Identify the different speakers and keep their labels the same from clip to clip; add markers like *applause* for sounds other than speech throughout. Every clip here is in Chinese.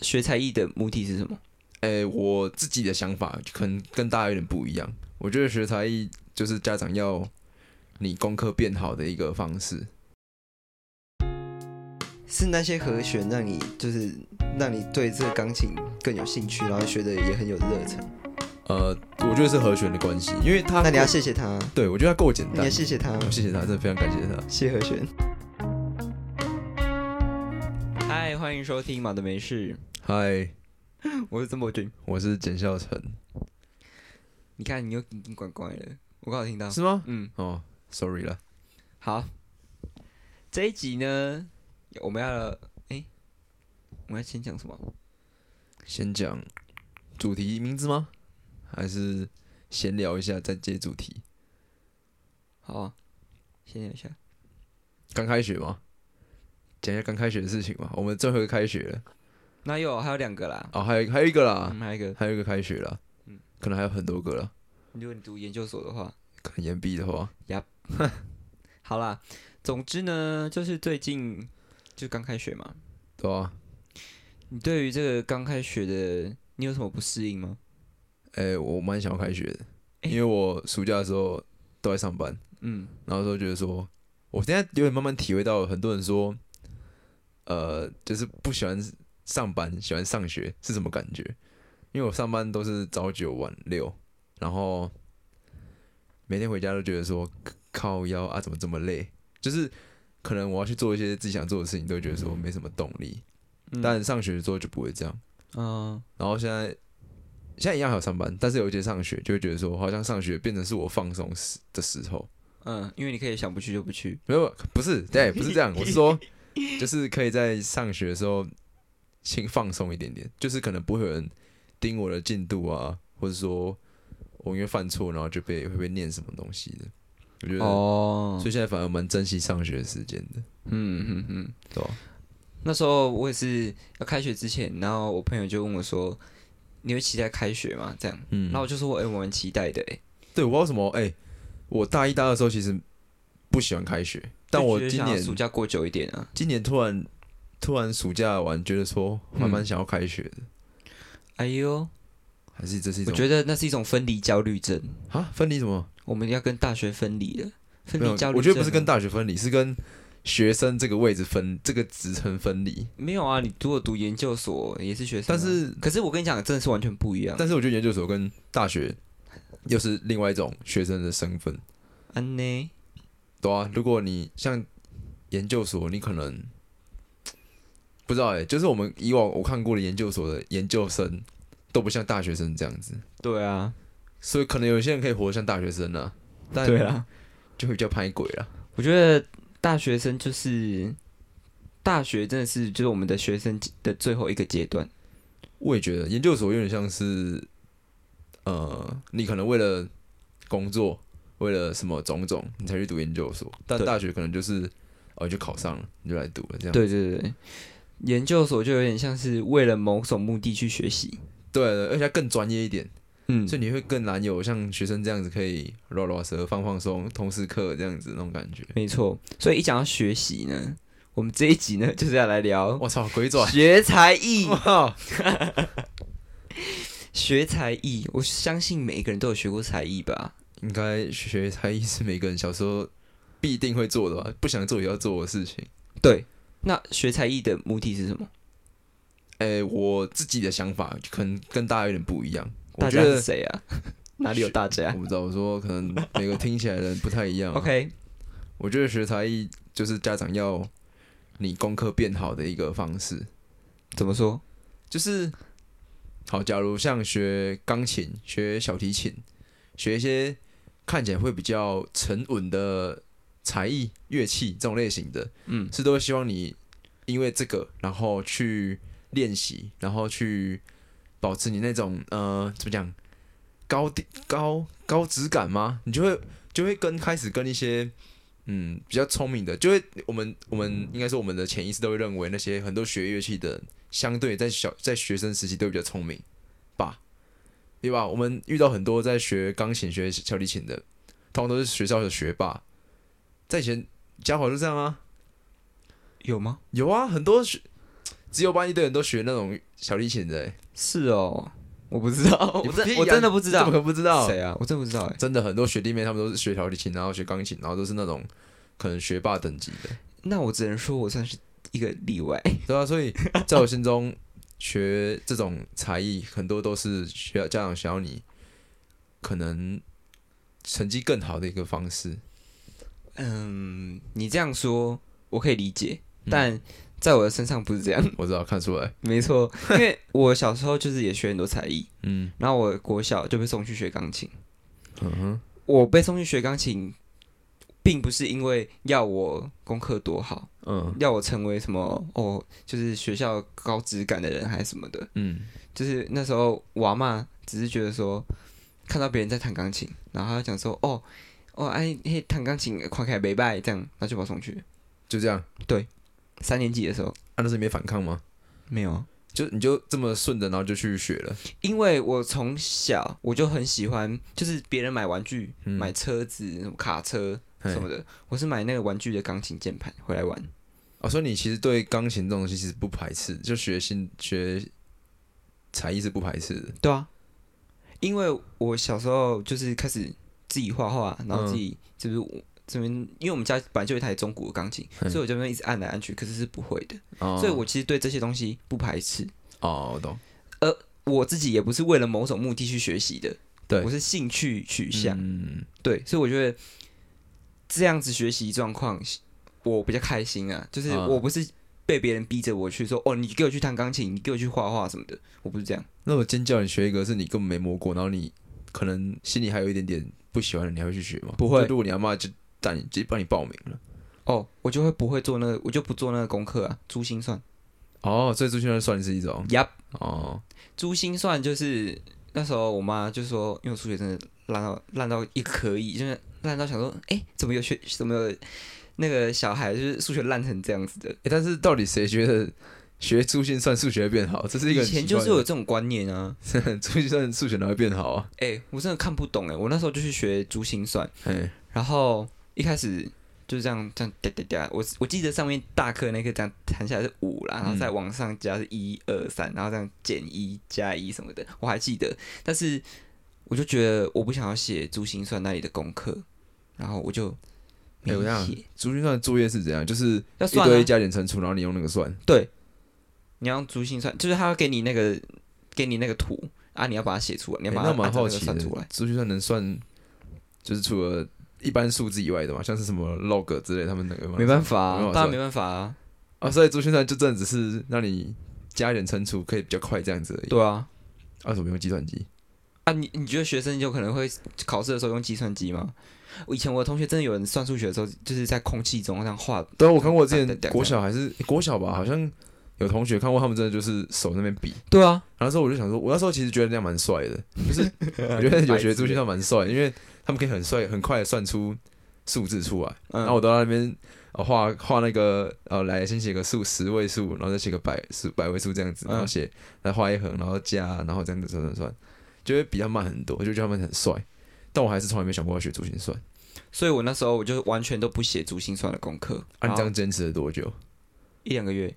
Speaker 1: 学才艺的目的是什么？
Speaker 2: 诶、哎我自己的想法可能跟大家有点不一样。我觉得学才艺就是家长要你功课变好的一个方式。
Speaker 1: 是那些和弦让你就是让你对这个钢琴更有兴趣，然后学的也很有热忱。
Speaker 2: 呃，我觉得是和弦的关系，因为他
Speaker 1: 那你要谢谢他，
Speaker 2: 对我觉得他够简
Speaker 1: 你
Speaker 2: 单
Speaker 1: 要。谢谢他，
Speaker 2: 我谢谢他，真的非常感谢他。
Speaker 1: 谢和弦。嗨，欢迎收听《马的没事
Speaker 2: 嗨，》，
Speaker 1: 我是曾博君。
Speaker 2: 我是简孝成，
Speaker 1: 你看，你又奇奇怪怪的，我刚好听到。
Speaker 2: 是吗？
Speaker 1: 嗯，
Speaker 2: 哦，sorry 啦。
Speaker 1: 好，这一集呢，我们要哎、我们要先讲什么？
Speaker 2: 先讲主题名字吗？还是闲聊一下再接主题？
Speaker 1: 好、啊，先讲一下。
Speaker 2: 刚开学吗？讲一下刚开学的事情吧。我们最后一个开学了，
Speaker 1: 那有还有两个啦，
Speaker 2: 哦，还有还有一个啦，
Speaker 1: 嗯，还有一个，
Speaker 2: 还有一个开学啦，
Speaker 1: 嗯
Speaker 2: 可能还有很多个啦。
Speaker 1: 如果你读研究所的话，
Speaker 2: 可能延毕的话，
Speaker 1: 好啦，总之呢，就是最近就刚开学嘛，
Speaker 2: 对吧、啊？
Speaker 1: 你对于这个刚开学的，你有什么不适应吗？
Speaker 2: 哎、我蛮想要开学的，
Speaker 1: 哎
Speaker 2: 因为我暑假的时候都在上班，
Speaker 1: 嗯，
Speaker 2: 然后就觉得说，我现在有点慢慢体会到，很多人说，呃，就是不喜欢上班，喜欢上学是什么感觉？因为我上班都是早九晚六，然后每天回家都觉得说，靠腰啊，怎么这么累？就是可能我要去做一些自己想做的事情，都会觉得说没什么动力。
Speaker 1: 嗯
Speaker 2: 但上学之后就不会这样。
Speaker 1: 嗯、
Speaker 2: 然后现在现在一样还有上班，但是有一些上学就会觉得说，好像上学变成是我放松时的时候。
Speaker 1: 嗯，因为你可以想不去就不去，
Speaker 2: 没有，不是，对，不是这样，我是说，就是可以在上学的时候先放松一点点，就是可能不会有人盯我的进度啊，或者说我因为犯错然后就被会被念什么东西的。我觉得，
Speaker 1: 哦
Speaker 2: 所以现在反而蛮珍惜上学的时间的，
Speaker 1: 嗯嗯嗯，
Speaker 2: 对吧？
Speaker 1: 那时候我也是要开学之前，然后我朋友就问我说，你会期待开学吗？这样，
Speaker 2: 嗯
Speaker 1: 然后我就说，哎、我蛮期待的、哎，
Speaker 2: 对，我不知道为什么，哎、我大一大二的时候其实不喜欢开学，但我
Speaker 1: 就觉得
Speaker 2: 今
Speaker 1: 想要
Speaker 2: 年
Speaker 1: 暑假过久一点啊，
Speaker 2: 今年突然突然暑假完，觉得说
Speaker 1: 嗯
Speaker 2: 慢慢想要开学的，
Speaker 1: 哎呦，
Speaker 2: 还是这是一
Speaker 1: 我
Speaker 2: 种
Speaker 1: 觉得那是一种分离焦虑症，
Speaker 2: 啊分离什么？
Speaker 1: 我们要跟大学分离了，分
Speaker 2: 没有
Speaker 1: 离焦虑症啊，
Speaker 2: 我觉得不是跟大学分离，是跟学生这个位置分这个职称分离。
Speaker 1: 没有啊，你如果读研究所也是学生啊、
Speaker 2: 但是
Speaker 1: 可是我跟你讲，真的是完全不一样。
Speaker 2: 但是我觉得研究所跟大学又是另外一种学生的身份，
Speaker 1: 安呢？
Speaker 2: 对啊。如果你像研究所，你可能不知道哎、就是我们以往我看过的研究所的研究生都不像大学生这样子，
Speaker 1: 对啊，
Speaker 2: 所以可能有些人可以活得像大学生啊，但
Speaker 1: 对啊，
Speaker 2: 就会比较拍鬼了。啊
Speaker 1: 我觉得大学生就是大学，真的是就是我们的学生的最后一个阶段。
Speaker 2: 我也觉得研究所有点像是，呃，你可能为了工作，为了什么种种，你才去读研究所。但
Speaker 1: 对
Speaker 2: 大学可能就是，哦，你就考上了，你就来读了这样。
Speaker 1: 对对对对，研究所就有点像是为了某种目的去学习。
Speaker 2: 对对，而且它更专业一点，
Speaker 1: 嗯，
Speaker 2: 所以你会更难有像学生这样子可以拉拉舌、放放松、通识课这样子那种感觉。
Speaker 1: 没错。所以一讲到学习呢，我们这一集呢就是要来聊
Speaker 2: 我操，鬼转！
Speaker 1: 学才 *laughs* 艺。
Speaker 2: 哇，
Speaker 1: 学才艺，我相信每一个人都有学过才艺吧。
Speaker 2: 应该学才艺是每个人小时候必定会做的吧？不想做也要做的事情。
Speaker 1: 对，那学才艺的目的是什么？
Speaker 2: 诶、我自己的想法可能跟大家有点不一样。
Speaker 1: 大
Speaker 2: 我觉
Speaker 1: 家
Speaker 2: 得
Speaker 1: 是谁 *laughs* 啊？哪里有大家
Speaker 2: *laughs* 我不知道，我说可能每个听起来的人不太一样啊、
Speaker 1: *laughs* ？OK，
Speaker 2: 我觉得学才艺就是家长要你功课变好的一个方式，
Speaker 1: 怎么说？
Speaker 2: 就是好，假如像学钢琴、学小提琴、学一些看起来会比较沉稳的才艺乐器这种类型的，
Speaker 1: 嗯
Speaker 2: 是都会希望你因为这个，然后去练习，然后去保持你那种呃怎么讲高低高高质感吗？你就会就会跟开始跟一些嗯比较聪明的，就会我们我们应该说我们的潜意识都会认为那些很多学乐器的人相对在小在学生时期都比较聪明吧，对吧？我们遇到很多在学钢琴、学小提琴的，通常都是学校的学霸，在以前。嘉华就这样啊，
Speaker 1: 有吗？
Speaker 2: 有啊，很多学只有班一堆人都学那种小提琴的、欸，
Speaker 1: 是哦，我不知道，
Speaker 2: 你
Speaker 1: 我真
Speaker 2: 屁呀
Speaker 1: 我真的不知
Speaker 2: 怎么
Speaker 1: 道
Speaker 2: 可能不知道？
Speaker 1: 谁啊，我真的不知道哎。
Speaker 2: 真的很多学弟妹他们都是学小提琴，然后学钢琴，然后都是那种可能学霸等级的。
Speaker 1: 那我只能说我算是一个例外。
Speaker 2: 对啊，所以在我心中，学这种才艺很多都是学家长想要你可能成绩更好的一个方式。
Speaker 1: 嗯，你这样说我可以理解，
Speaker 2: 嗯
Speaker 1: 但在我的身上不是这样。
Speaker 2: 我知道看出来，
Speaker 1: 没 *laughs* 错，因为我小时候就是也学很多才艺，
Speaker 2: 嗯
Speaker 1: 然后我国小就被送去学钢琴。
Speaker 2: 嗯哼，
Speaker 1: 我被送去学钢琴，并不是因为要我功课多好，
Speaker 2: 嗯
Speaker 1: 要我成为什么哦，就是学校高质感的人还是什么的。
Speaker 2: 嗯
Speaker 1: 就是那时候我阿妈只是觉得说，看到别人在弹钢琴，然后她就讲说哦哦哎嘿弹钢琴快开没拜这样，然后就把我送去。
Speaker 2: 就这样。
Speaker 1: 三年级的时候
Speaker 2: 啊，那时候你没反抗吗？
Speaker 1: 没有啊，
Speaker 2: 就你就这么顺着，然后就去学了。
Speaker 1: 因为我从小我就很喜欢，就是别人买玩具、
Speaker 2: 嗯
Speaker 1: 买车子、什么卡车
Speaker 2: 嘿
Speaker 1: 什么的，我是买那个玩具的钢琴键盘回来玩。
Speaker 2: 哦，所以你其实对钢琴这种东西其实不排斥，就学新学才艺是不排斥的。
Speaker 1: 对啊，因为我小时候就是开始自己画画，然后自己就是我这边，因为我们家本来就有一台中古的钢琴，
Speaker 2: 嗯
Speaker 1: 所以我这边一直按来按去，可是是不会的。
Speaker 2: 哦，
Speaker 1: 所以我其实对这些东西不排斥，
Speaker 2: 哦，我懂。
Speaker 1: 我自己也不是为了某种目的去学习的，
Speaker 2: 对
Speaker 1: 我是兴趣取向，
Speaker 2: 嗯，
Speaker 1: 对，所以我觉得这样子学习状况，我比较开心啊，就是
Speaker 2: 嗯
Speaker 1: 我不是被别人逼着我去说，哦，你给我去弹钢琴，你给我去画画什么的，我不是这样。
Speaker 2: 那我尖叫你学一个是你根本没摸过，然后你可能心里还有一点点不喜欢的，你还会去学吗？
Speaker 1: 不会
Speaker 2: 就如果你阿妈就带你直接帮你报名了。
Speaker 1: 哦，我就会不会做那个，我就不做那个功课啊。珠心算
Speaker 2: 哦，所以朱轩算是一种
Speaker 1: ，Yup，
Speaker 2: 哦，
Speaker 1: 珠心算就是那时候我妈就说，因为我数学真的烂到烂到一可以，就是烂到想说，哎、怎么有学怎么有那个小孩就是数学烂成这样子的？
Speaker 2: 哎诶但是到底谁觉得学珠心算数学会变好？这是一个
Speaker 1: 以
Speaker 2: 很
Speaker 1: 前
Speaker 2: 奇
Speaker 1: 就
Speaker 2: 怪
Speaker 1: 是有这种观念啊。
Speaker 2: 的 *laughs* 珠心算数学哪会变好啊？
Speaker 1: 哎、我真的看不懂哎、我那时候就去学珠心算，
Speaker 2: 哎，
Speaker 1: 然后一开始。就是这样，这样哒哒哒。我我记得上面大课那个这样弹下来是五啦，然后
Speaker 2: 嗯
Speaker 1: 再往上加是一二三，然后这样减一加一什么的，我还记得。但是我就觉得我不想要写珠心算那里的功课，然后我就没
Speaker 2: 哎，我想
Speaker 1: 写。
Speaker 2: 珠心算的作业是怎样？就是
Speaker 1: 要
Speaker 2: 一
Speaker 1: 算啊
Speaker 2: 堆，加减乘除，然后你用那个算。
Speaker 1: 对，你要用珠心算，就是他要给你那个给你那个图啊，你要把它写出来，你要
Speaker 2: 诶
Speaker 1: 把它
Speaker 2: 哎那蛮
Speaker 1: 按照
Speaker 2: 好
Speaker 1: 那个
Speaker 2: 奇
Speaker 1: 算
Speaker 2: 的
Speaker 1: 出来，。
Speaker 2: 珠心算能算就是除了一般数字以外的嘛，像是什么 log 之类，他们那个
Speaker 1: 没办法、
Speaker 2: 没办
Speaker 1: 啊，
Speaker 2: 法
Speaker 1: 当然
Speaker 2: 算
Speaker 1: 没办法啊。
Speaker 2: 啊，所以珠心算就真的只是让你加一点乘除可以比较快这样子而已。
Speaker 1: 对啊，
Speaker 2: 啊，为什么用计算机？
Speaker 1: 啊，你你觉得学生有可能会考试的时候用计算机吗？我以前我的同学真的有人算数学的时候，就是在空气中这样画，
Speaker 2: 对啊，我看过之
Speaker 1: 对对
Speaker 2: 前
Speaker 1: 对
Speaker 2: 国小还是、诶国小吧，好像有同学看过他们真的就是手那边比。
Speaker 1: 对啊，
Speaker 2: 然后那时候我就想说，我那时候其实觉得那样蛮帅的，就是我觉得有学珠心算蛮帅的，因为他们可以很帅很快的算出数字出来。
Speaker 1: 嗯，
Speaker 2: 然后我都在那边呃画画那个呃，来先写个数十位数，然后再写个百数百位数这样子，
Speaker 1: 嗯
Speaker 2: 然后写再画一横，然后加，然后这样子算算算，就会比较慢很多。我就觉得他们很帅，但我还是从来没想过要学珠心算。
Speaker 1: 所以我那时候我就完全都不写珠心算的功课，
Speaker 2: 啊，你这
Speaker 1: 然后
Speaker 2: 样坚持了多久？
Speaker 1: 一两个月，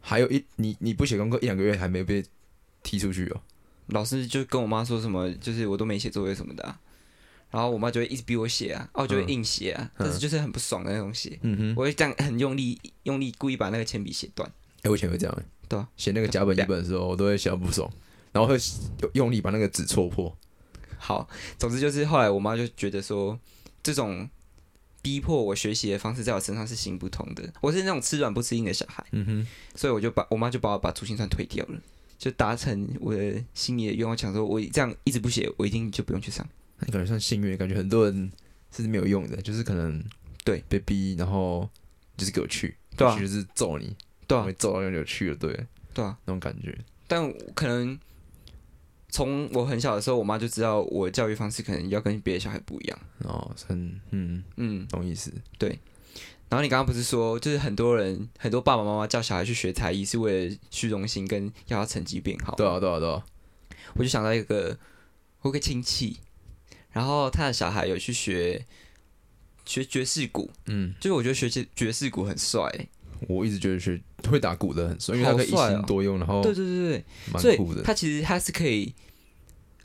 Speaker 2: 还有一你你不写功课一两个月还没被踢出去哦。
Speaker 1: 老师就跟我妈说什么，就是我都没写作业什么的、啊，然后我妈就会一直逼我写啊，啊，我就会
Speaker 2: 嗯
Speaker 1: 硬写啊，但是就是很不爽的那种写，
Speaker 2: 嗯哼，
Speaker 1: 我会这样很用力用力故意把那个铅笔写断，
Speaker 2: 哎、我以前会这样、欸，
Speaker 1: 对啊，
Speaker 2: 写那个甲本乙本的时候，我都会写到不爽，然后会用用力把那个纸戳破。
Speaker 1: 好，总之就是后来我妈就觉得说，这种逼迫我学习的方式在我身上是行不通的。我是那种吃软不吃硬的小孩，
Speaker 2: 嗯哼，
Speaker 1: 所以我就把我妈就把我把珠心算推掉了，就达成我的心里的愿望，想说我这样一直不写，我一定就不用去上。
Speaker 2: 那感觉算幸运，感觉很多人是没有用的，就是可能
Speaker 1: 对
Speaker 2: 被逼，然后就是给我去，
Speaker 1: 对啊
Speaker 2: 去就是揍你，
Speaker 1: 对
Speaker 2: 然
Speaker 1: 啊
Speaker 2: 后，揍到有去了，对，
Speaker 1: 对啊，
Speaker 2: 那种感觉。
Speaker 1: 但我可能从我很小的时候，我妈就知道我教育方式可能要跟别的小孩不一样。
Speaker 2: 然后很嗯，
Speaker 1: 嗯，
Speaker 2: 懂意思。
Speaker 1: 然后你刚刚不是说，就是很多人很多爸爸妈妈叫小孩去学才艺是为了虚荣心跟要他成绩变好。
Speaker 2: 对啊，对啊，对啊。
Speaker 1: 我就想到一个，我有个亲戚，然后他的小孩有去学学爵士鼓，
Speaker 2: 嗯，
Speaker 1: 就是我觉得学爵爵士鼓很帅欸、
Speaker 2: 我一直觉得学会打鼓的很帅，因为他
Speaker 1: 好
Speaker 2: 可以一
Speaker 1: 帅
Speaker 2: 心
Speaker 1: 哦
Speaker 2: 多用，然后
Speaker 1: 对对对对，所
Speaker 2: 蛮
Speaker 1: 以
Speaker 2: 酷的。
Speaker 1: 他其实他是可以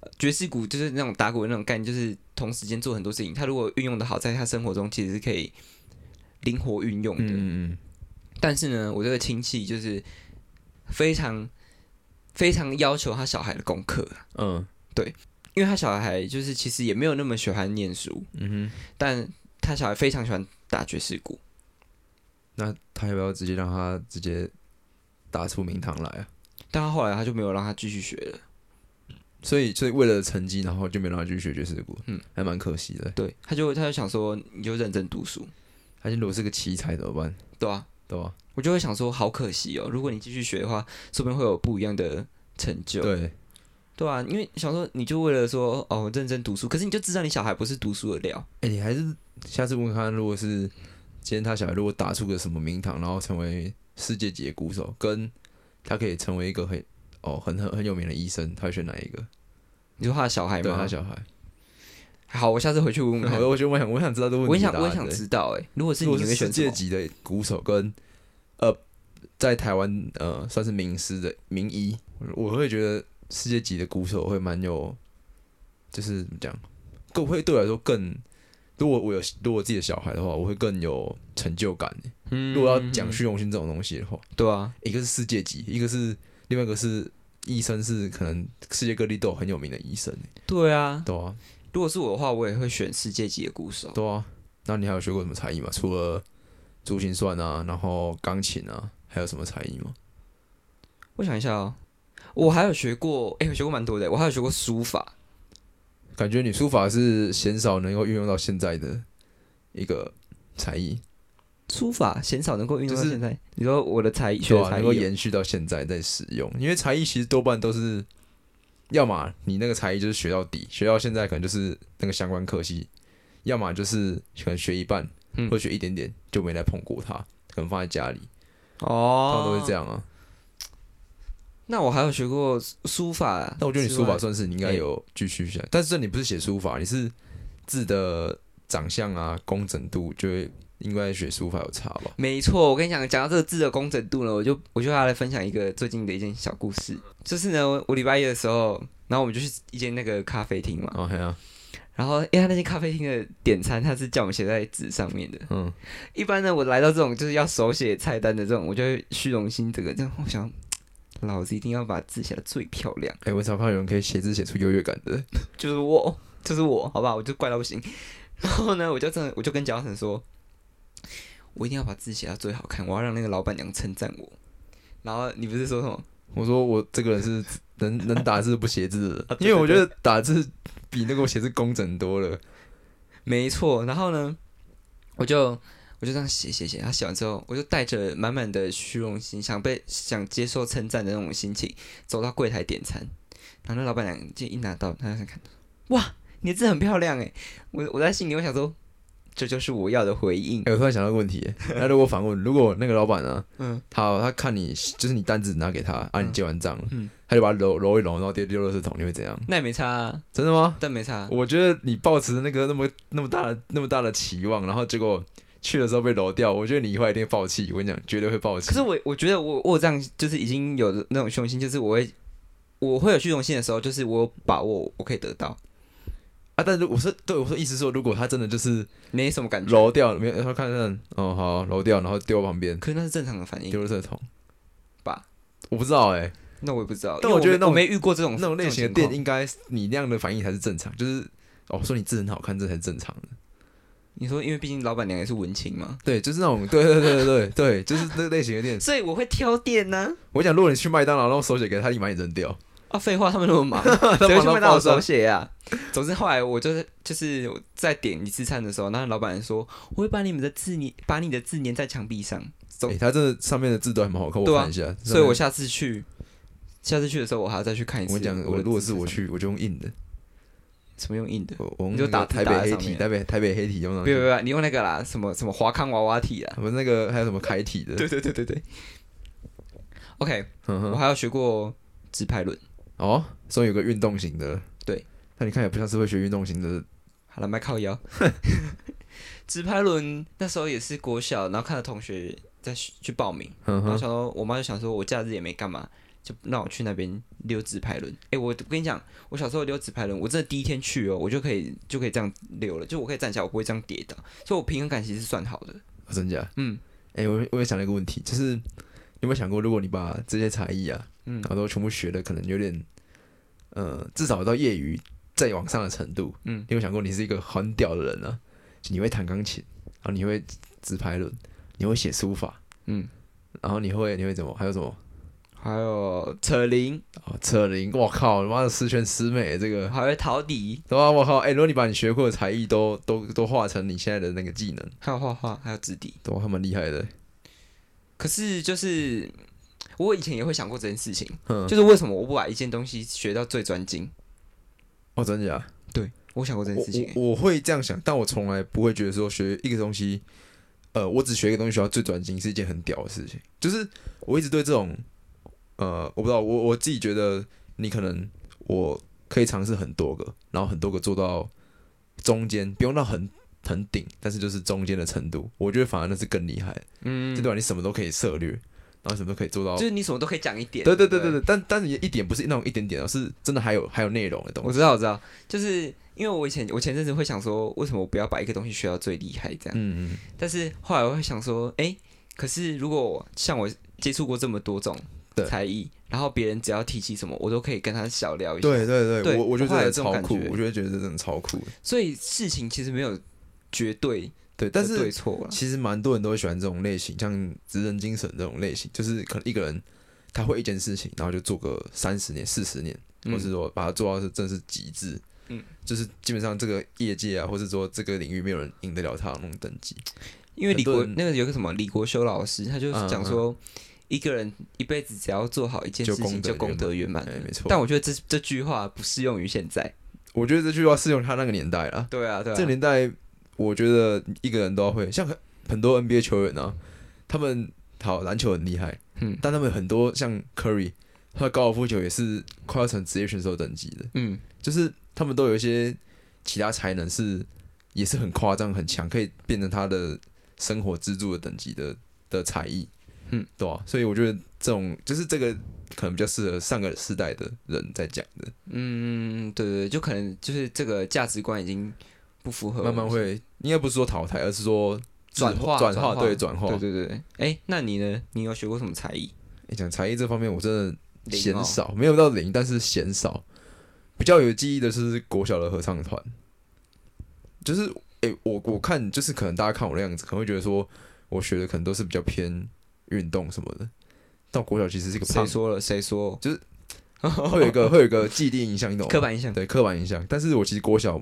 Speaker 1: 呃爵士鼓，就是那种打鼓的那种概念，就是同时间做很多事情。他如果运用的好，在他生活中其实是可以灵活运用的。
Speaker 2: 嗯嗯
Speaker 1: 但是呢，我这个亲戚就是非常非常要求他小孩的功课，
Speaker 2: 嗯嗯
Speaker 1: 因为他小孩就是其实也没有那么喜欢念书，
Speaker 2: 嗯哼，
Speaker 1: 但他小孩非常喜欢打爵士鼓。
Speaker 2: 那他要不要直接让他直接打出名堂来啊？
Speaker 1: 但他后来他就没有让他继续学了，
Speaker 2: 所以，所以为了成绩，然后就没让他去学爵士鼓，
Speaker 1: 嗯，
Speaker 2: 还蛮可惜的。
Speaker 1: 对，他就他就想说，你就认真读书，
Speaker 2: 他如果是个奇才怎么办？
Speaker 1: 对啊，
Speaker 2: 对吧？
Speaker 1: 我就会想说，好可惜哦，如果你继续学的话，说不定会有不一样的成就，
Speaker 2: 对，
Speaker 1: 对啊，因为想说，你就为了说哦认真读书，可是你就知道你小孩不是读书的料，
Speaker 2: 哎、你还是下次问问看，如果是今天他小孩如果打出个什么名堂，然后成为世界级的鼓手，跟他可以成为一个很哦很很很有名的医生，他会选哪一个？
Speaker 1: 你说他的小孩
Speaker 2: 对
Speaker 1: 吗
Speaker 2: 他？小孩。
Speaker 1: 好，我下次回去问问
Speaker 2: 好
Speaker 1: 看
Speaker 2: *laughs* 的，。我觉得我想我想知道这个
Speaker 1: 我
Speaker 2: 问
Speaker 1: 也
Speaker 2: 题
Speaker 1: 想，
Speaker 2: 的答案。
Speaker 1: 我也想
Speaker 2: 对
Speaker 1: 知道哎、如果是
Speaker 2: 如
Speaker 1: 你，你
Speaker 2: 果是
Speaker 1: 会
Speaker 2: 世
Speaker 1: 选
Speaker 2: 界
Speaker 1: 什么？
Speaker 2: 级的鼓手跟呃，在台湾呃算是名师的名医，我我会觉得世界级的鼓手会蛮有，就是怎么讲，更会对我来说更，如果我有如果我自己的小孩的话，我会更有成就感。
Speaker 1: 嗯
Speaker 2: 如果要讲虚荣心这种东西的话，
Speaker 1: 对啊，
Speaker 2: 一个是世界级，一个是另外一个是医生，是可能世界各地都有很有名的医生，
Speaker 1: 对啊。
Speaker 2: 对啊，
Speaker 1: 如果是我的话，我也会选世界级的鼓手。
Speaker 2: 对啊。那你还有学过什么才艺吗？除了珠心算啊，然后钢琴啊，还有什么才艺吗？
Speaker 1: 我想一下哦，我还有学过，哎、我学过蛮多的，我还有学过书法。
Speaker 2: 感觉你书法是鲜少能够运用到现在的一个才艺，
Speaker 1: 书法鲜少能够运用到
Speaker 2: 就是
Speaker 1: 现在。你说我的才艺，学
Speaker 2: 对
Speaker 1: 的
Speaker 2: 啊，
Speaker 1: 才
Speaker 2: 能
Speaker 1: 艺
Speaker 2: 够
Speaker 1: 哦，
Speaker 2: 延续到现在在使用。因为才艺其实多半都是，要么你那个才艺就是学到底，学到现在可能就是那个相关科系，要么就是可能学一半、
Speaker 1: 嗯
Speaker 2: 或学一点点就没来碰过它，可能放在家里，通常
Speaker 1: 哦，
Speaker 2: 都是这。样啊。
Speaker 1: 那我还有学过书法，啊
Speaker 2: 那我觉得你书法
Speaker 1: 之外
Speaker 2: 算是你应该有继续下，但是你不是写书法，你是字的长相啊、工整度，就会应该学书法有差吧？
Speaker 1: 没错，我跟你讲，讲到这个字的工整度呢，我就我就要来分享一个最近的一件小故事。就是呢，我我礼拜一的时候，然后我们就去一间那个咖啡厅嘛，
Speaker 2: 哦，嘿啊，
Speaker 1: 然后，因为他那间咖啡厅的点餐，他是叫我们写在纸上面的。
Speaker 2: 嗯。
Speaker 1: 一般呢，我来到这种就是要手写菜单的这种，我就会虚荣心整个这样，我想，老子一定要把字写的最漂亮，
Speaker 2: 哎、我超怕有人可以写字写出优越感的。
Speaker 1: 就是我，就是我，好吧，我就怪到不行。然后呢，我就真的，我就跟蒋晨说，我一定要把字写到最好看，我要让那个老板娘称赞我。然后你不是说什么？
Speaker 2: 我说我这个人是能能打字不写字的
Speaker 1: 啊，对
Speaker 2: 因为我觉得打字比那个我写字工整多了。
Speaker 1: 没错。然后呢，我就我就这样写写写，他写完之后，我就带着满满的虚荣心，想被想接受称赞的那种心情，走到柜台点餐。然后那老板娘就一拿到，她就想看，哇，你的字很漂亮哎！我我在心里我想说，这就是我要的回应
Speaker 2: 哎、。我突然想到个问题耶，那如果反问，如果那个老板啊，
Speaker 1: 嗯，
Speaker 2: 他他看你就是你单子拿给他啊，你结完账，
Speaker 1: 嗯
Speaker 2: 他就把它揉揉一揉，然后丢丢垃圾桶，你会怎样？
Speaker 1: 那也没差、啊，
Speaker 2: 真的吗？
Speaker 1: 但没差、啊。
Speaker 2: 我觉得你抱持那个那么那么大的那么大的期望，然后结果去的时候被揉掉，我觉得你以后一定会爆气。我跟你讲，绝对会爆气。
Speaker 1: 可是我我觉得我我有这样就是已经有那种虚荣心，就是我会我会有虚荣心的时候，就是我有把握我可以得到，
Speaker 2: 啊，但是我是对我说意思说，如果他真的就是
Speaker 1: 没什么感觉。
Speaker 2: 揉掉，没有他看看，哦好，揉掉，然后丢旁边，
Speaker 1: 可是那是正常的反应
Speaker 2: 丢垃圾桶
Speaker 1: *laughs* 吧？
Speaker 2: 我不知道哎、
Speaker 1: 那我也不知道，
Speaker 2: 但
Speaker 1: 因为
Speaker 2: 我觉得
Speaker 1: 没
Speaker 2: 那种
Speaker 1: 我没遇过这种
Speaker 2: 那种类型的
Speaker 1: 这
Speaker 2: 店
Speaker 1: 种情况
Speaker 2: 应该你那样的反应才是正常，就是哦说你字很好看，这才是正常的。
Speaker 1: 你说，因为毕竟老板娘也是文青嘛，
Speaker 2: 对，就是那种对对对对对对，就是那类型的店。
Speaker 1: 所以我会挑店呢、
Speaker 2: 我讲，如果你去麦当劳，然后手写给他，立马你扔掉。
Speaker 1: 啊。废话，他们那么
Speaker 2: *laughs*
Speaker 1: 忙，谁会去麦当劳
Speaker 2: 爆炸
Speaker 1: 手写啊？总之后来我就是就是我在点一次餐的时候，那老板说我会把你们的字粘，把你的字粘在墙壁上。总
Speaker 2: 哎、他这上面的字都还蛮好看，
Speaker 1: 对
Speaker 2: 我
Speaker 1: 啊
Speaker 2: 看一下。
Speaker 1: 所以我
Speaker 2: 上
Speaker 1: 下次去，下次去的时候我还要再去看一
Speaker 2: 面
Speaker 1: 次的
Speaker 2: 我跟你
Speaker 1: 字上。
Speaker 2: 讲，我如果是我去，我就用硬的，
Speaker 1: 什么用印的？
Speaker 2: 我 *laughs* 我用
Speaker 1: 你就
Speaker 2: 那个
Speaker 1: 打字
Speaker 2: 台
Speaker 1: 打在
Speaker 2: 北黑
Speaker 1: 上
Speaker 2: 体，
Speaker 1: 面
Speaker 2: 台北台北黑体用上
Speaker 1: 不要不
Speaker 2: 去。
Speaker 1: 要，不你用那个啦，什么什么华康娃娃
Speaker 2: *laughs*
Speaker 1: 体啊？
Speaker 2: 我们那个还有什么楷体的？
Speaker 1: 对对对对对。OK，
Speaker 2: 嗯
Speaker 1: 我
Speaker 2: 哼，
Speaker 1: 还有学过直排轮。
Speaker 2: 哦，所以有个运动型的。
Speaker 1: 对，
Speaker 2: 那你看也不像是会学运动型的
Speaker 1: 好了， *laughs* 麦靠腰。直拍轮那时候也是国小，然后看到同学再去去报名。
Speaker 2: 嗯
Speaker 1: 然后
Speaker 2: 哼，
Speaker 1: 想说，我妈就想说，我假日也没干嘛，就让我去那边溜直排轮。哎、我跟你讲，我小时候溜直排轮，我真的第一天去哦，我就可以就可以这样溜了，就我可以站起来，我不会这样跌倒，所以我平衡感其实是算好的。
Speaker 2: 哦真假？
Speaker 1: 嗯，
Speaker 2: 哎、我我也想了一个问题，就是你有没有想过，如果你把这些才艺啊，
Speaker 1: 嗯
Speaker 2: 然后都全部学的，可能有点，呃，至少到业余再往上的程度，
Speaker 1: 嗯
Speaker 2: 你有没有想过你是一个很屌的人啊？就你会弹钢琴，然后你会直排轮，你会写书法，
Speaker 1: 嗯，
Speaker 2: 然后你会你会怎么？还有什么？
Speaker 1: 还有扯铃，
Speaker 2: 哦，车铃，我靠，他妈的十全十美这个，
Speaker 1: 还有陶笛，
Speaker 2: 对吧？我靠，哎、如果你把你学过的才艺都都都化成你现在的那个技能，
Speaker 1: 还有画画，还有纸笛。
Speaker 2: 都还蛮厉害的。
Speaker 1: 可是就是我以前也会想过这件事情，
Speaker 2: 嗯，
Speaker 1: 就是为什么我不把一件东西学到最专精？
Speaker 2: 哦，真假？
Speaker 1: 对我想过这件
Speaker 2: 我
Speaker 1: 事情、欸。
Speaker 2: 我我会这样想，但我从来不会觉得说学一个东西，呃，我只学一个东西学到最专精是一件很屌的事情。就是我一直对这种，呃，我不知道，我我自己觉得你可能我可以尝试很多个，然后很多个做到中间，不用到很很顶，但是就是中间的程度，我觉得反而那是更厉害。
Speaker 1: 嗯，
Speaker 2: 这段你什么都可以涉略，然后什么都可以做到。
Speaker 1: 就是你什么都可以讲一点。
Speaker 2: 对对
Speaker 1: 不
Speaker 2: 对对对，但但是也一点不是那种一点点哦，是真的还有还有内容的东
Speaker 1: 我
Speaker 2: 西。
Speaker 1: 知道，我知道，就是因为我以前我前阵子会想说，为什么我不要把一个东西学到最厉害这样？
Speaker 2: 嗯嗯，
Speaker 1: 但是后来我会想说，哎、可是如果我像我接触过这么多种
Speaker 2: 对
Speaker 1: 才艺，然后别人只要提起什么，我都可以跟他小聊一下。
Speaker 2: 对对
Speaker 1: 对
Speaker 2: 我我觉
Speaker 1: 我后来
Speaker 2: 得
Speaker 1: 有这
Speaker 2: 这个
Speaker 1: 种
Speaker 2: 超
Speaker 1: 感
Speaker 2: 酷，
Speaker 1: 觉
Speaker 2: 我觉得觉得真的超酷的。
Speaker 1: 所以事情其实没有绝对，
Speaker 2: 对，但
Speaker 1: 对
Speaker 2: 是
Speaker 1: 错了。
Speaker 2: 其实蛮多人都会喜欢这种类型，像职人精神这种类型，就是可能一个人他会一件事情，然后就做个三十年、四十年，或是
Speaker 1: 嗯
Speaker 2: 说把它做到是真是极致。
Speaker 1: 嗯，
Speaker 2: 就是基本上这个业界啊，或是说这个领域，没有人赢得了他的那种等级。
Speaker 1: 因为李
Speaker 2: 很多
Speaker 1: 国
Speaker 2: 人
Speaker 1: 那个有个什么李国修老师，他就讲说，一个人一辈子只要做好一件
Speaker 2: 就
Speaker 1: 事情，就
Speaker 2: 功
Speaker 1: 功
Speaker 2: 德
Speaker 1: 德圆满
Speaker 2: 哎
Speaker 1: 了。
Speaker 2: 没错
Speaker 1: 但我觉得这这句话不适用于现在。
Speaker 2: 我觉得这句话适用他那个年代啦。
Speaker 1: 对啊，对啊。
Speaker 2: 这个年代，我觉得一个人都要会，像很很多 NBA 球员啊，他们好篮球很厉害，
Speaker 1: 嗯
Speaker 2: 但他们很多像 Curry，他的高尔夫球也是快要成职业选手等级的，
Speaker 1: 嗯，
Speaker 2: 就是他们都有一些其他才能是也是很夸张、很强，可以变成他的生活支柱的等级的的才艺，
Speaker 1: 嗯，
Speaker 2: 对吧、所以我觉得这种就是这个可能比较适合上个世代的人在讲的，
Speaker 1: 嗯，对对，对就可能就是这个价值观已经不符合，
Speaker 2: 慢慢会应该不是说淘汰，而是说
Speaker 1: 转化
Speaker 2: 转
Speaker 1: 转
Speaker 2: 化
Speaker 1: 化
Speaker 2: 对转化
Speaker 1: 对对对对。哎，那你呢？你有学过什么才艺？
Speaker 2: 欸讲才艺这方面，我真的
Speaker 1: 零
Speaker 2: 嫌
Speaker 1: 哦
Speaker 2: 少，没有到零，但是嫌少。比较有记忆的是国小的合唱团，就是诶、欸我我看就是可能大家看我的样子，可能会觉得说我学的可能都是比较偏运动什么的。到国小其实是一个
Speaker 1: 谁
Speaker 2: 胖，
Speaker 1: 说了？谁说？
Speaker 2: 就是会有一个会有一个既定印象，你
Speaker 1: *laughs*
Speaker 2: 懂
Speaker 1: 刻
Speaker 2: 吗？
Speaker 1: 板印象。
Speaker 2: 对刻板印象。但是我其实国小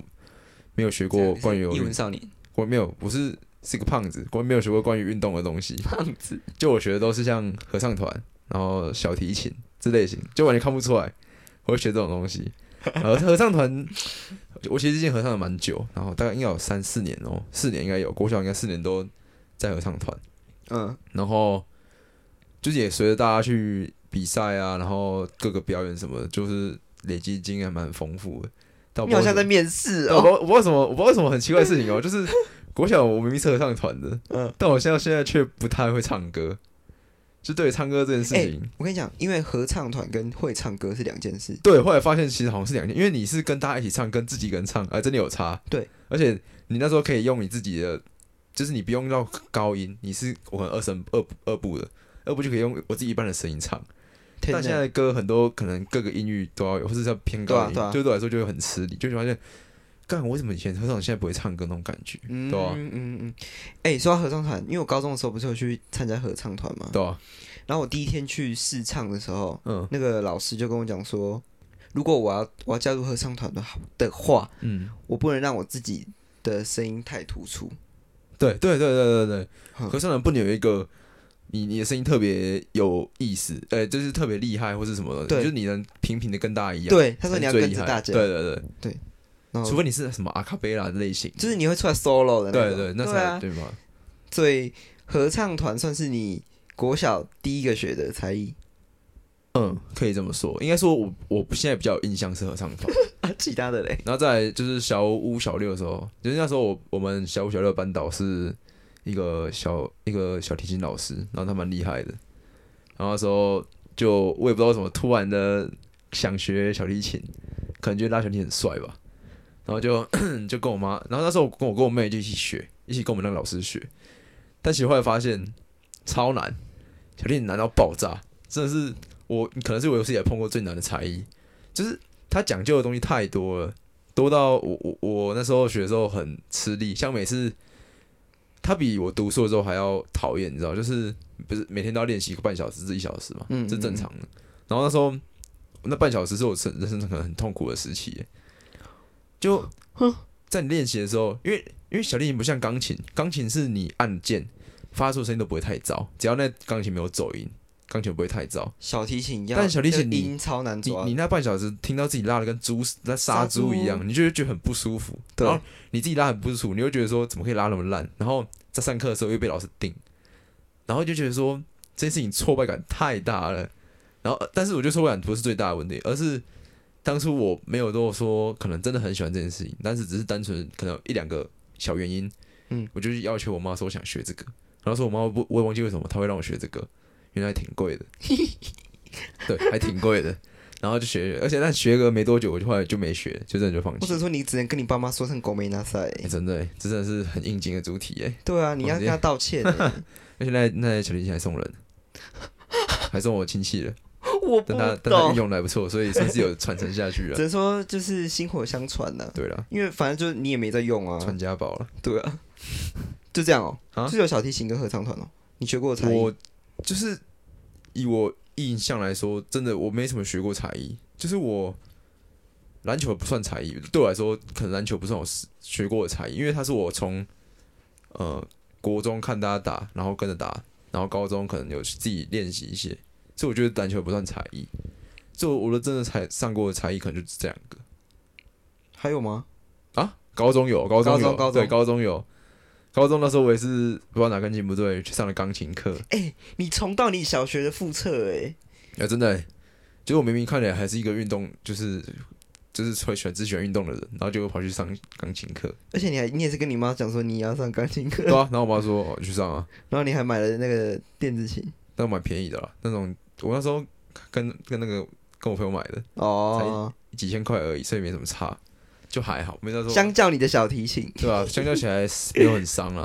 Speaker 2: 没有学
Speaker 1: 这
Speaker 2: 过
Speaker 1: 样
Speaker 2: 关于有
Speaker 1: 是一
Speaker 2: 运
Speaker 1: 文少年
Speaker 2: 我没有，我是是一个胖子，我没有学过关于运动的东西。
Speaker 1: *laughs* 胖子，
Speaker 2: 就我学的都是像合唱团，然后小提琴这类型，就完全看不出来我会学这种
Speaker 1: *laughs*
Speaker 2: 东西。然后合唱团，我其实进合唱团蛮久，然后大概应该有三四年哦，四年应该有，国小应该四年都在合唱团，
Speaker 1: 嗯，
Speaker 2: 然后就是也随着大家去比赛啊，然后各个表演什么的，就是累积经验蛮丰富的。但啊我不
Speaker 1: 你
Speaker 2: 知道
Speaker 1: 好
Speaker 2: 为什
Speaker 1: 像
Speaker 2: 么
Speaker 1: 在面试
Speaker 2: 对啊我不
Speaker 1: 哦。
Speaker 2: 知道我不知道什么，我不知道什么很奇怪的事
Speaker 1: *laughs*
Speaker 2: 情哦，就是国小我明明是合唱团的，
Speaker 1: 嗯
Speaker 2: 但我现在现在却不太会唱歌，就对于唱歌这件事情，
Speaker 1: 我跟你讲，因为合唱团跟会唱歌是两件事。
Speaker 2: 对，后来发现其实好像是两件，因为你是跟大家一起唱，跟自己一个人唱，哎、真的有差，
Speaker 1: 对，
Speaker 2: 而且你那时候可以用你自己的，就是你不用到高音，你是我很二声二二部的，二部就可以用我自己一般的声音唱，
Speaker 1: 天
Speaker 2: 但现在
Speaker 1: 哪
Speaker 2: 的歌很多可能各个音域都要有，或者是要偏
Speaker 1: 对
Speaker 2: 高
Speaker 1: 啊
Speaker 2: 音，
Speaker 1: 对啊
Speaker 2: 对我来说就会很吃力，就会发现，干我为什么以前合唱现在不会唱歌那种感觉，
Speaker 1: 嗯
Speaker 2: 对啊
Speaker 1: 嗯嗯嗯，哎、说到合唱团，因为我高中的时候不是有去参加合唱团嘛，
Speaker 2: 对啊，
Speaker 1: 然后我第一天去试唱的时候，
Speaker 2: 嗯
Speaker 1: 那个老师就跟我讲说，如果我要我要加入合唱团的话的话，
Speaker 2: 嗯。
Speaker 1: 我不能让我自己的声音太突出。
Speaker 2: 对对对对对对，
Speaker 1: 嗯
Speaker 2: 合唱团不能有一个你你的声音特别有意思，呃，就是特别厉害或是什么的，
Speaker 1: 对
Speaker 2: 就是你能平平的跟大家一样。
Speaker 1: 对，他说
Speaker 2: 才是
Speaker 1: 你要
Speaker 2: 最
Speaker 1: 跟
Speaker 2: 厉
Speaker 1: 着
Speaker 2: 害
Speaker 1: 大家，
Speaker 2: 对对对，
Speaker 1: 然
Speaker 2: 除
Speaker 1: 后
Speaker 2: 非你是什么阿卡贝拉的类型，
Speaker 1: 就是你会出来 solo 的那
Speaker 2: 对
Speaker 1: 种。
Speaker 2: 对，那
Speaker 1: 对
Speaker 2: 才
Speaker 1: 啊，
Speaker 2: 对吧？
Speaker 1: 所以合唱团算是你国小第一个学的才艺
Speaker 2: 嗯，可以这么说。应该说我我现在比较有印象是合唱团，
Speaker 1: 啊，其他的嘞，
Speaker 2: 然后再来就是小五小六的时候，就是那时候我我们小五小六的班导是一个小一个小提琴老师，然后他蛮厉害的。然后那时候就我也不知道为什么突然的想学小提琴，可能觉得拉小提琴很帅吧。然后就 *clears throat* 就跟我妈，然后那时候我跟我跟我妹就一起学，一起跟我们那个老师学。但其实后来发现超难，小提琴难到爆炸，真的是我可能是我有史以来碰过最难的才艺，就是它讲究的东西太多了，多到我我我那时候学的时候很吃力，像每次它比我读书的时候还要讨厌，你知道，就是不是每天都要练习一个半小时至一小时嘛，
Speaker 1: 嗯
Speaker 2: 这正常的。然后那时候那半小时是我人人生可能很痛苦的时期耶，就在你练习的时候，因为因为小提琴不像钢琴，钢琴是你按键发出的声音都不会太糟，只要那钢琴没有走音，钢琴不会太糟。
Speaker 1: 小提琴要，
Speaker 2: 但小提琴
Speaker 1: 那个
Speaker 2: 你
Speaker 1: 音超难
Speaker 2: 你
Speaker 1: 抓
Speaker 2: 你，那半小时听到自己拉的跟猪那杀猪
Speaker 1: 啊
Speaker 2: 一
Speaker 1: 杀猪
Speaker 2: 样，你就会觉得很不舒服。
Speaker 1: 对
Speaker 2: 然后你自己拉很不舒服，你会觉得说怎么可以拉那么烂？然后在上课的时候又被老师盯，然后就觉得说这件事情挫败感太大了。然后，呃但是我觉得挫败感不是最大的问题，而是当初我没有都说可能真的很喜欢这件事情，但是只是单纯可能有一两个小原因，
Speaker 1: 嗯，
Speaker 2: 我就去要求我妈说我想学这个，然后说我妈不，我也忘记为什么她会让我学这个，原来挺
Speaker 1: *laughs*
Speaker 2: 贵的，对，还挺贵的。然后就学，而且但学个没多久，我就后来就没学，就真的就放
Speaker 1: 或
Speaker 2: 弃
Speaker 1: 者。说你只能跟你爸妈说声狗没拿塞。
Speaker 2: 哎、真的欸，这真的是很应景的主题哎。
Speaker 1: 对啊，你要
Speaker 2: 我
Speaker 1: 跟
Speaker 2: 直接
Speaker 1: 他道歉欸、
Speaker 2: *laughs* 而且那那台小提琴还送人，还送我亲戚了。
Speaker 1: 我不
Speaker 2: 但他但他运
Speaker 1: 懂，
Speaker 2: 用的还不错，所以算是有传承下去
Speaker 1: *laughs* 只
Speaker 2: 了。
Speaker 1: 能说就是薪火相传啊呐、
Speaker 2: 对了，
Speaker 1: 因为反正就是你也没在用啊，
Speaker 2: 传家宝了。
Speaker 1: 对啊， *laughs* 就这样哦、
Speaker 2: 啊
Speaker 1: 就是有小提琴跟合唱团哦、你学过的才艺
Speaker 2: 我就是以我印象来说，真的我没什么学过才艺，就是我篮球不算才艺，对我来说可能篮球不算我学过的才艺，因为它是我从呃国中看大家打，然后跟着打，然后高中可能有自己练习一些，所以我觉得篮球不算才艺，所以我的真的才上过的才艺可能就这两个
Speaker 1: 还有吗？
Speaker 2: 啊，高中有，高中有，
Speaker 1: 高中高中
Speaker 2: 对，高中有。高中那时候我也是不知道哪根筋不对，去上了钢琴课，
Speaker 1: 你重到你小学的复测哎，
Speaker 2: 哎、真的欸、就是我明明看起来还是一个运动，就是就是会喜欢只喜欢运动的人，然后就跑去上钢琴课，
Speaker 1: 而且你还你也是跟你妈讲说你要上钢琴课
Speaker 2: 对，啊，然后我妈说哦去上啊，
Speaker 1: 然后你还买了那个电子琴
Speaker 2: 但我买便宜的啦，那种我那时候跟跟那个跟我朋友买的，
Speaker 1: 哦，
Speaker 2: 几千块而已，所以没什么差，就还好，没那时候
Speaker 1: 相较你的小提琴，
Speaker 2: 对吧、相较起来没有很伤啦。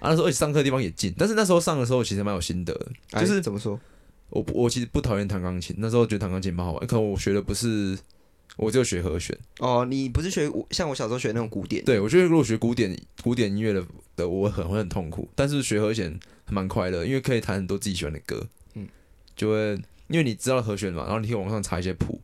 Speaker 2: 啊，那时候而且上课的地方也近，但是那时候上的时候其实蛮有心得的，就
Speaker 1: 哎
Speaker 2: 是
Speaker 1: 怎么说？
Speaker 2: 我不我其实不讨厌弹钢琴，那时候觉得弹钢琴蛮好玩，可能我学的不是，我就学和弦。
Speaker 1: 哦，你不是学我像我小时候学那种古典，
Speaker 2: 对，我觉得如果学古典古典音乐的的，我很会很痛苦，但是学和弦还蛮快乐，因为可以弹很多自己喜欢的歌，
Speaker 1: 嗯
Speaker 2: 嗯，就会因为你知道和弦嘛，然后你可以网上查一些谱，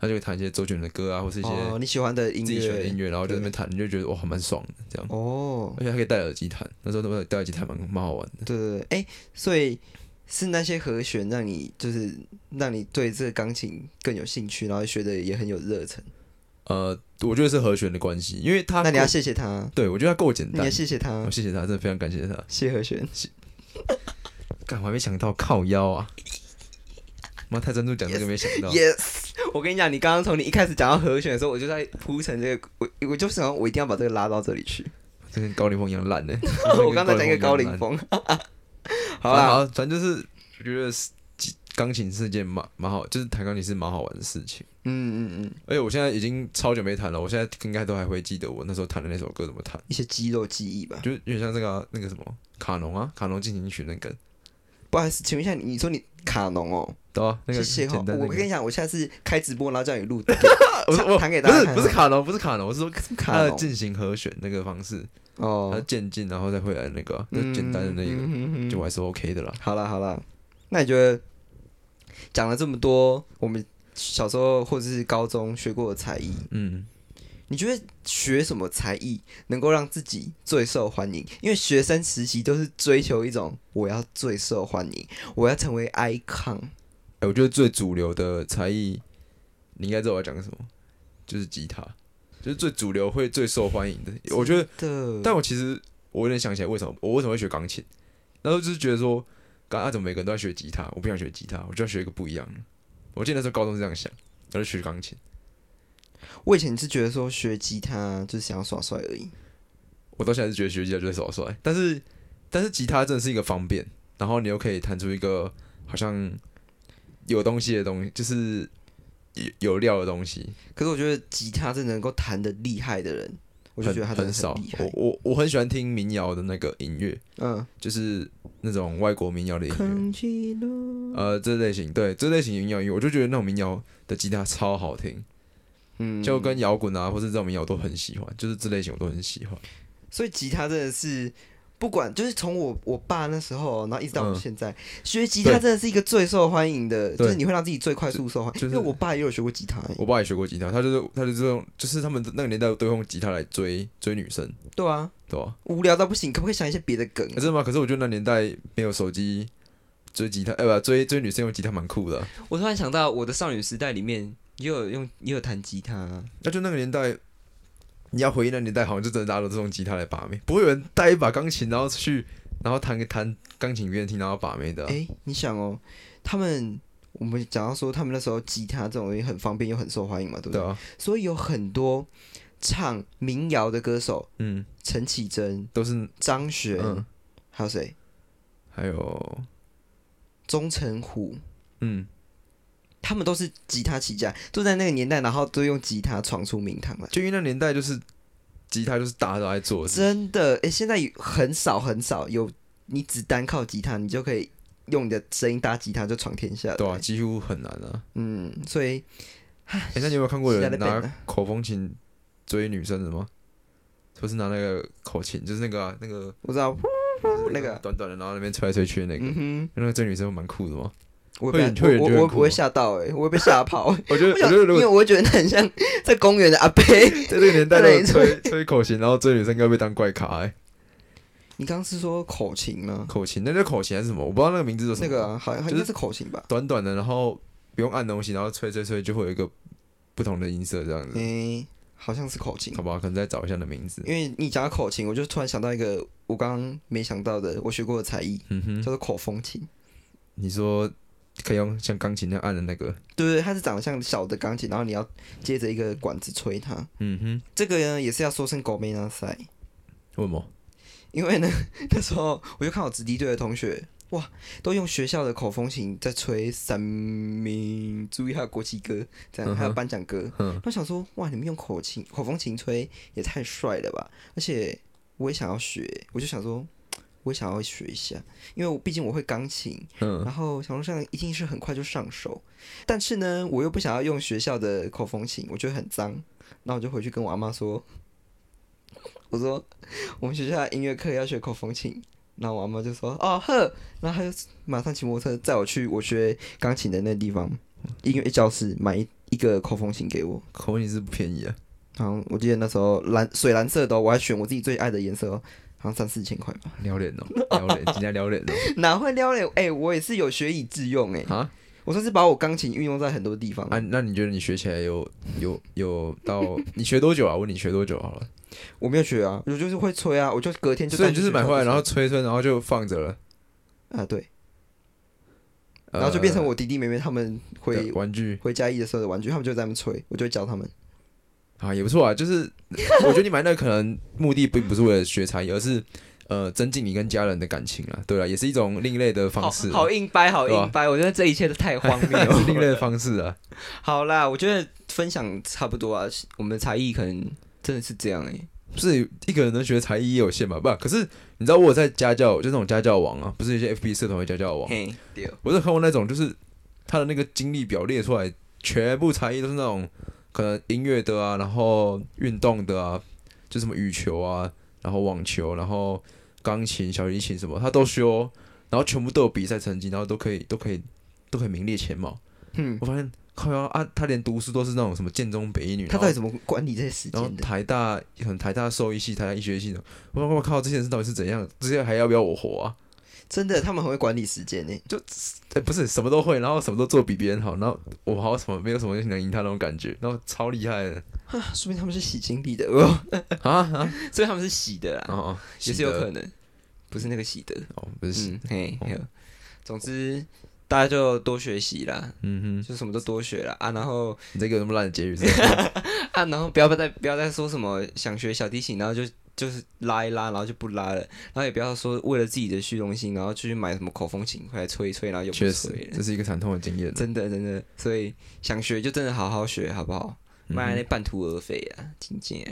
Speaker 2: 他就会弹一些周杰伦的歌啊，或是一些
Speaker 1: 哦，你喜欢的音
Speaker 2: 自己喜欢的音
Speaker 1: 乐
Speaker 2: 乐，然后就在那边弹，你就觉得哇蛮爽的这样，
Speaker 1: 哦，
Speaker 2: 而且还可以戴耳机弹，那时候都戴耳机弹蛮蛮好玩的。
Speaker 1: 对对对，哎，所以是那些和弦让你就是让你对这个钢琴更有兴趣，然后学的也很有热忱。
Speaker 2: 呃，我觉得是和弦的关系，因为他
Speaker 1: 那你要谢谢他，
Speaker 2: 对我觉得他够简
Speaker 1: 你要
Speaker 2: 单，哦
Speaker 1: 谢谢他
Speaker 2: 我，谢谢他，真的非常感谢他。
Speaker 1: 谢和弦。
Speaker 2: 干，我还没想到靠腰啊，妈太专注讲这个没想到。
Speaker 1: Yes，我跟你讲，你刚刚从你一开始讲到和弦的时候，我就在铺陈这个，我我就想我一定要把这个拉到这里去。
Speaker 2: 这跟高凌风一样烂
Speaker 1: *laughs*
Speaker 2: 呢、
Speaker 1: 我刚才讲一个高
Speaker 2: 凌
Speaker 1: 凌，风，好
Speaker 2: 好啦，
Speaker 1: 啦，
Speaker 2: 好，反正就是我觉得是钢琴是件蛮蛮好，就是弹钢琴是蛮好玩的事情。哎
Speaker 1: 嗯嗯嗯，
Speaker 2: 而且我现在已经超久没弹了，我现在应该都还会记得我那时候弹的那首歌怎么弹，
Speaker 1: 一些肌肉记忆吧。
Speaker 2: 就是有点像这个啊、那个什么卡农啊，卡农进行曲那个，
Speaker 1: 不好意思，请问一下，你说你卡农哦，
Speaker 2: 对啊，那个
Speaker 1: 谢
Speaker 2: *laughs*
Speaker 1: 谢哈
Speaker 2: 简单、那
Speaker 1: 我
Speaker 2: 个
Speaker 1: 跟你讲，我下次开直播，然后叫你录
Speaker 2: 我是我
Speaker 1: 弹给大
Speaker 2: *laughs* 不
Speaker 1: 家
Speaker 2: 是
Speaker 1: 看
Speaker 2: 不是卡农，不是卡农，我是说
Speaker 1: 卡
Speaker 2: 它的
Speaker 1: 农
Speaker 2: 进行和弦那个方式，它
Speaker 1: 哦，
Speaker 2: 渐进然后再回来那个啊、就
Speaker 1: 嗯
Speaker 2: 简单的那一个，
Speaker 1: 嗯嗯嗯
Speaker 2: 就我还是 OK 的啦。
Speaker 1: 好啦好啦，那你觉得讲了这么多，我们小时候或者是高中学过的才艺，
Speaker 2: 嗯，
Speaker 1: 你觉得学什么才艺能够让自己最受欢迎？因为学生时期都是追求一种我要最受欢迎，我要成为 icon。
Speaker 2: 哎、我觉得最主流的才艺，你应该知道我要讲什么，就是吉他，就是最主流会最受欢迎的。我觉得，
Speaker 1: 嗯的，
Speaker 2: 但我其实我有点想起来，为什么我为什么会学钢琴？然后就是觉得说，刚啊怎么每个人都在学吉他，我不想学吉他，我就要学一个不一样的。我记得那时候高中是这样想，然后就学钢琴。
Speaker 1: 我以前是觉得说学吉他就是想要耍帅而已。
Speaker 2: 我到现在是觉得学吉他就是耍帅，但是但是吉他真的是一个方便，然后你又可以弹出一个好像有东西的东西，就是有有料的东西。
Speaker 1: 可是我觉得吉他真的能够弹的厉害的人，我就
Speaker 2: 很
Speaker 1: 觉得他真
Speaker 2: 很
Speaker 1: 的
Speaker 2: 少
Speaker 1: 厉，害
Speaker 2: 我。我我很喜欢听民谣的那个音乐，
Speaker 1: 嗯，
Speaker 2: 就是那种外国民谣的音乐，
Speaker 1: 空气路，
Speaker 2: 呃，这类型对这类型的民谣音乐，我就觉得那种民谣的吉他超好听，
Speaker 1: 嗯，
Speaker 2: 就跟摇滚啊或是这种民谣我都很喜欢，就是这类型我都很喜欢。
Speaker 1: 所以吉他真的是不管，就是从我我爸那时候，然后一直到我
Speaker 2: 嗯
Speaker 1: 现在，学吉他
Speaker 2: 对
Speaker 1: 真的是一个最受欢迎的，
Speaker 2: 对
Speaker 1: 就是你会让自己最快速受欢迎。
Speaker 2: 就
Speaker 1: 因
Speaker 2: 是
Speaker 1: 为我爸也有学过吉他、欸
Speaker 2: 我爸也学过吉他，他就是他就是用，就是他们那个年代都用吉他来追追女生，
Speaker 1: 对啊，
Speaker 2: 对吧、
Speaker 1: 无聊到不行，可不可以想一些别的梗
Speaker 2: 欸？真的吗？可是我觉得那年代没有手机追吉他，哎、不追追女生用吉他蛮酷的啊、
Speaker 1: 我突然想到，我的少女时代里面也有用，也有弹吉他、啊，
Speaker 2: 那就那个年代，你要回忆那年代，好像就真的大家都是用吉他来把妹，不会有人带一把钢琴然后去然后弹个弹钢琴给别人听，然后把妹的啊、
Speaker 1: 哎、你想哦，他们我们讲到说，他们那时候吉他这种东西很方便又很受欢迎嘛，对不对？
Speaker 2: 对啊，
Speaker 1: 所以有很多唱民谣的歌手，
Speaker 2: 嗯，
Speaker 1: 陈绮贞、
Speaker 2: 都是
Speaker 1: 张悬，
Speaker 2: 嗯，
Speaker 1: 还有谁？
Speaker 2: 还有
Speaker 1: 钟成虎，
Speaker 2: 嗯，
Speaker 1: 他们都是吉他起家，都在那个年代，然后都用吉他闯出名堂来。
Speaker 2: 就因为那年代就是吉他就是大家都在做的事，
Speaker 1: 真的，哎、现在有很少很少有你只单靠吉他，你就可以用你的声音搭吉他就闯天下的。
Speaker 2: 对啊，几乎很难啊。
Speaker 1: 嗯，所以
Speaker 2: 哎、那你有没有看过有
Speaker 1: 时代
Speaker 2: 人
Speaker 1: 的变
Speaker 2: 拿
Speaker 1: 了
Speaker 2: 口风琴追女生的吗？或是拿那个口琴，就是那个啊、那个
Speaker 1: 我知道，那个
Speaker 2: 短短的，然后那边吹来吹去的那个，
Speaker 1: 嗯哼，
Speaker 2: 那个追女生蛮酷的吗？
Speaker 1: 我
Speaker 2: 会
Speaker 1: 被
Speaker 2: 很会很
Speaker 1: 我
Speaker 2: 觉
Speaker 1: 我
Speaker 2: 得
Speaker 1: 我
Speaker 2: 很酷
Speaker 1: 不会
Speaker 2: 吗
Speaker 1: 吓到、欸，哎，我会被吓跑。
Speaker 2: 啊我觉得，
Speaker 1: 我
Speaker 2: 我
Speaker 1: 想
Speaker 2: 觉得如
Speaker 1: 因
Speaker 2: 果
Speaker 1: 为我会觉得很像在公园的阿伯。 *laughs*
Speaker 2: 在这个年代
Speaker 1: 对
Speaker 2: 的吹吹口琴，然后追女生，应该被当怪咖哎、
Speaker 1: 你刚刚是说口琴吗？
Speaker 2: 口琴，那叫口琴还是什么？我不知道那个名字叫什么。
Speaker 1: 那个啊好像
Speaker 2: 就是
Speaker 1: 应该是口琴吧？
Speaker 2: 短短的，然后不用按东西，然后吹吹吹就会有一个不同的音色这样子。
Speaker 1: 诶、好像是口琴
Speaker 2: 好。吧，可能再找一下那名字。
Speaker 1: 嗯因为你讲到口琴，我就突然想到一个我刚刚没想到的，我学过的才艺
Speaker 2: 嗯
Speaker 1: 叫
Speaker 2: 哼，
Speaker 1: 做口风琴，
Speaker 2: 你说可以用像钢琴那样按的那个，
Speaker 1: 对不对？它是长得像小的钢琴，然后你要接着一个管子吹它。
Speaker 2: 嗯哼，
Speaker 1: 这个呢也是要说声狗妹那塞，
Speaker 2: 为什么？
Speaker 1: 因为呢 *laughs* 那时候我就看我子弟队的同学，哇，都用学校的口风琴在吹三民注意还有国旗歌，这样
Speaker 2: 嗯哼
Speaker 1: 还有颁奖歌。
Speaker 2: 嗯
Speaker 1: 我想说，哇，你们用口琴口风琴吹也太帅了吧！而且我也想要学，我就想说，我也想要学一下，因为我毕竟我会钢琴，
Speaker 2: 嗯
Speaker 1: 然后想说这样一定是很快就上手。但是呢，我又不想要用学校的口风琴，我觉得很脏。那我就回去跟我阿妈说， *laughs* 我说我们学校的音乐课要学口风琴。那我阿妈就说：“哦呵。”然后她就马上骑摩托车载我去我学钢琴的那地方音乐教室买一一个口风琴给我。
Speaker 2: 口琴是不
Speaker 1: *laughs*
Speaker 2: 便宜啊。
Speaker 1: 好像我记得那时候蓝水蓝色的哦、我还选我自己最爱的颜色哦，好像三四千块吧。
Speaker 2: 撩脸哦， *laughs* 撩脸，人家撩
Speaker 1: *laughs*
Speaker 2: 脸哦。
Speaker 1: 哪会撩嘞？哎、我也是有学以致用哎、
Speaker 2: 啊
Speaker 1: 我算是把我钢琴运用在很多地方。
Speaker 2: 啊，那你觉得你学起来有有有到你学多久啊？我问你学多久好了。
Speaker 1: 我没有学啊，我就是会吹啊，我就隔天就
Speaker 2: 所以
Speaker 1: 带
Speaker 2: 你
Speaker 1: 去
Speaker 2: 就是
Speaker 1: 学校
Speaker 2: 买回来，
Speaker 1: 就
Speaker 2: 然后
Speaker 1: 吹
Speaker 2: 吹吹，然后就放着了，
Speaker 1: 啊对，然后就变成我弟弟妹妹他们
Speaker 2: 呃
Speaker 1: 回
Speaker 2: 的呃玩具。
Speaker 1: 回家一的时候的玩具，他们就在那边吹，我就会教他们。
Speaker 2: 啊，也不错啊。就是 *laughs* 我觉得你买那个可能目的并不是为了学才艺，而是呃增进你跟家人的感情啊。对啊，也是一种另类的方式啊、 *laughs*
Speaker 1: 硬掰，好
Speaker 2: 对啊硬
Speaker 1: 掰，我觉得这一切都太荒
Speaker 2: *laughs* 是另类的方式啊。
Speaker 1: *laughs* 好啦，我觉得分享差不多啊，我们的才艺可能真的是这样哎、
Speaker 2: 是一个人能学才艺也有限嘛？不，可是你知道我有在家教，就那种家教网啊，不是一些 FB 社团会家教网，
Speaker 1: 嘿，对，哦
Speaker 2: 我有看过那种就是他的那个经历表列出来，全部才艺都是那种可能音乐的啊，然后运动的啊，就什么羽球啊，然后网球，然后钢琴、小提琴什么，他都修，然后全部都有比赛成绩，然后都可以都可以都可以名列前茅。
Speaker 1: 嗯，
Speaker 2: 我发现靠呀啊，他连读书都是那种什么建中、北一女，
Speaker 1: 他
Speaker 2: 然
Speaker 1: 到
Speaker 2: 后
Speaker 1: 底怎么管理这些时
Speaker 2: 然后
Speaker 1: 间的？
Speaker 2: 台大可能台大兽医系、台大医学系的，我我靠，这些人到底是怎样？这些还要不要我活啊？
Speaker 1: 真的，他们很会管理时间呢、
Speaker 2: 哎、不是什么都会，然后什么都做比别人好，然后我好像什么没有什么能赢他那种感觉，然后超厉害的
Speaker 1: 啊说明他们是洗经历的，
Speaker 2: *laughs*
Speaker 1: *laughs*
Speaker 2: 啊啊！
Speaker 1: 所以他们是洗的啦，
Speaker 2: 哦，
Speaker 1: 也是有可
Speaker 2: 能
Speaker 1: 能，不是那个洗的。
Speaker 2: 哦，不是，
Speaker 1: 嗯，嘿，
Speaker 2: 哦
Speaker 1: 嘿总之大家就多学习啦，
Speaker 2: 嗯哼，
Speaker 1: 就什么都多学啦啊，然后
Speaker 2: *laughs* 你这个有那么烂的结语是不是
Speaker 1: 啊，然后不要再不要再说什么想学小提琴，然后就就是拉一拉，然后就不拉了，然后也不要说为了自己的虚荣心，然后去买什么口风琴回来吹一吹，然后又不吹
Speaker 2: 确实，
Speaker 1: 了，
Speaker 2: 这是一个惨痛的经验。啊嗯
Speaker 1: 真的真的，所以想学就真的好好学，好不好？
Speaker 2: 嗯哼
Speaker 1: 不然那半途而废啊，真正的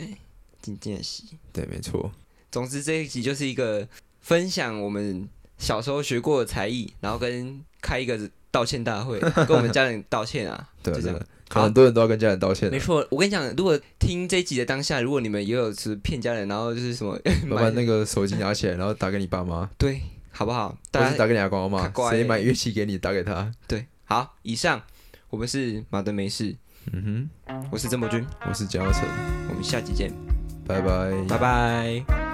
Speaker 1: 真正的是。
Speaker 2: 对，没错，
Speaker 1: 总之这一集就是一个分享我们小时候学过的才艺，然后跟开一个道歉大 *laughs* 会，跟我们家人道歉啊，
Speaker 2: 对啊
Speaker 1: 就这
Speaker 2: 对
Speaker 1: 样
Speaker 2: 啊，。很多人都要跟家人道歉
Speaker 1: 没
Speaker 2: 啊，
Speaker 1: 错，我跟你讲，如果听这一集的当下，如果你们也有是骗家人，然后就是什么 *laughs*
Speaker 2: 要
Speaker 1: 买
Speaker 2: 把那个手机拿起来，然后打给你爸妈，
Speaker 1: 对，好不好？
Speaker 2: 或
Speaker 1: 大
Speaker 2: 是
Speaker 1: 家
Speaker 2: *laughs* 打给你阿公阿
Speaker 1: 卡
Speaker 2: 妈，
Speaker 1: 瓜欸
Speaker 2: 谁买乐器给你，打给他。
Speaker 1: 对，好，以上我们是马德梅事，
Speaker 2: 嗯
Speaker 1: 我是曾博君，
Speaker 2: 哼，我是江耀成，
Speaker 1: 我们下集见，
Speaker 2: 拜拜。
Speaker 1: 拜拜。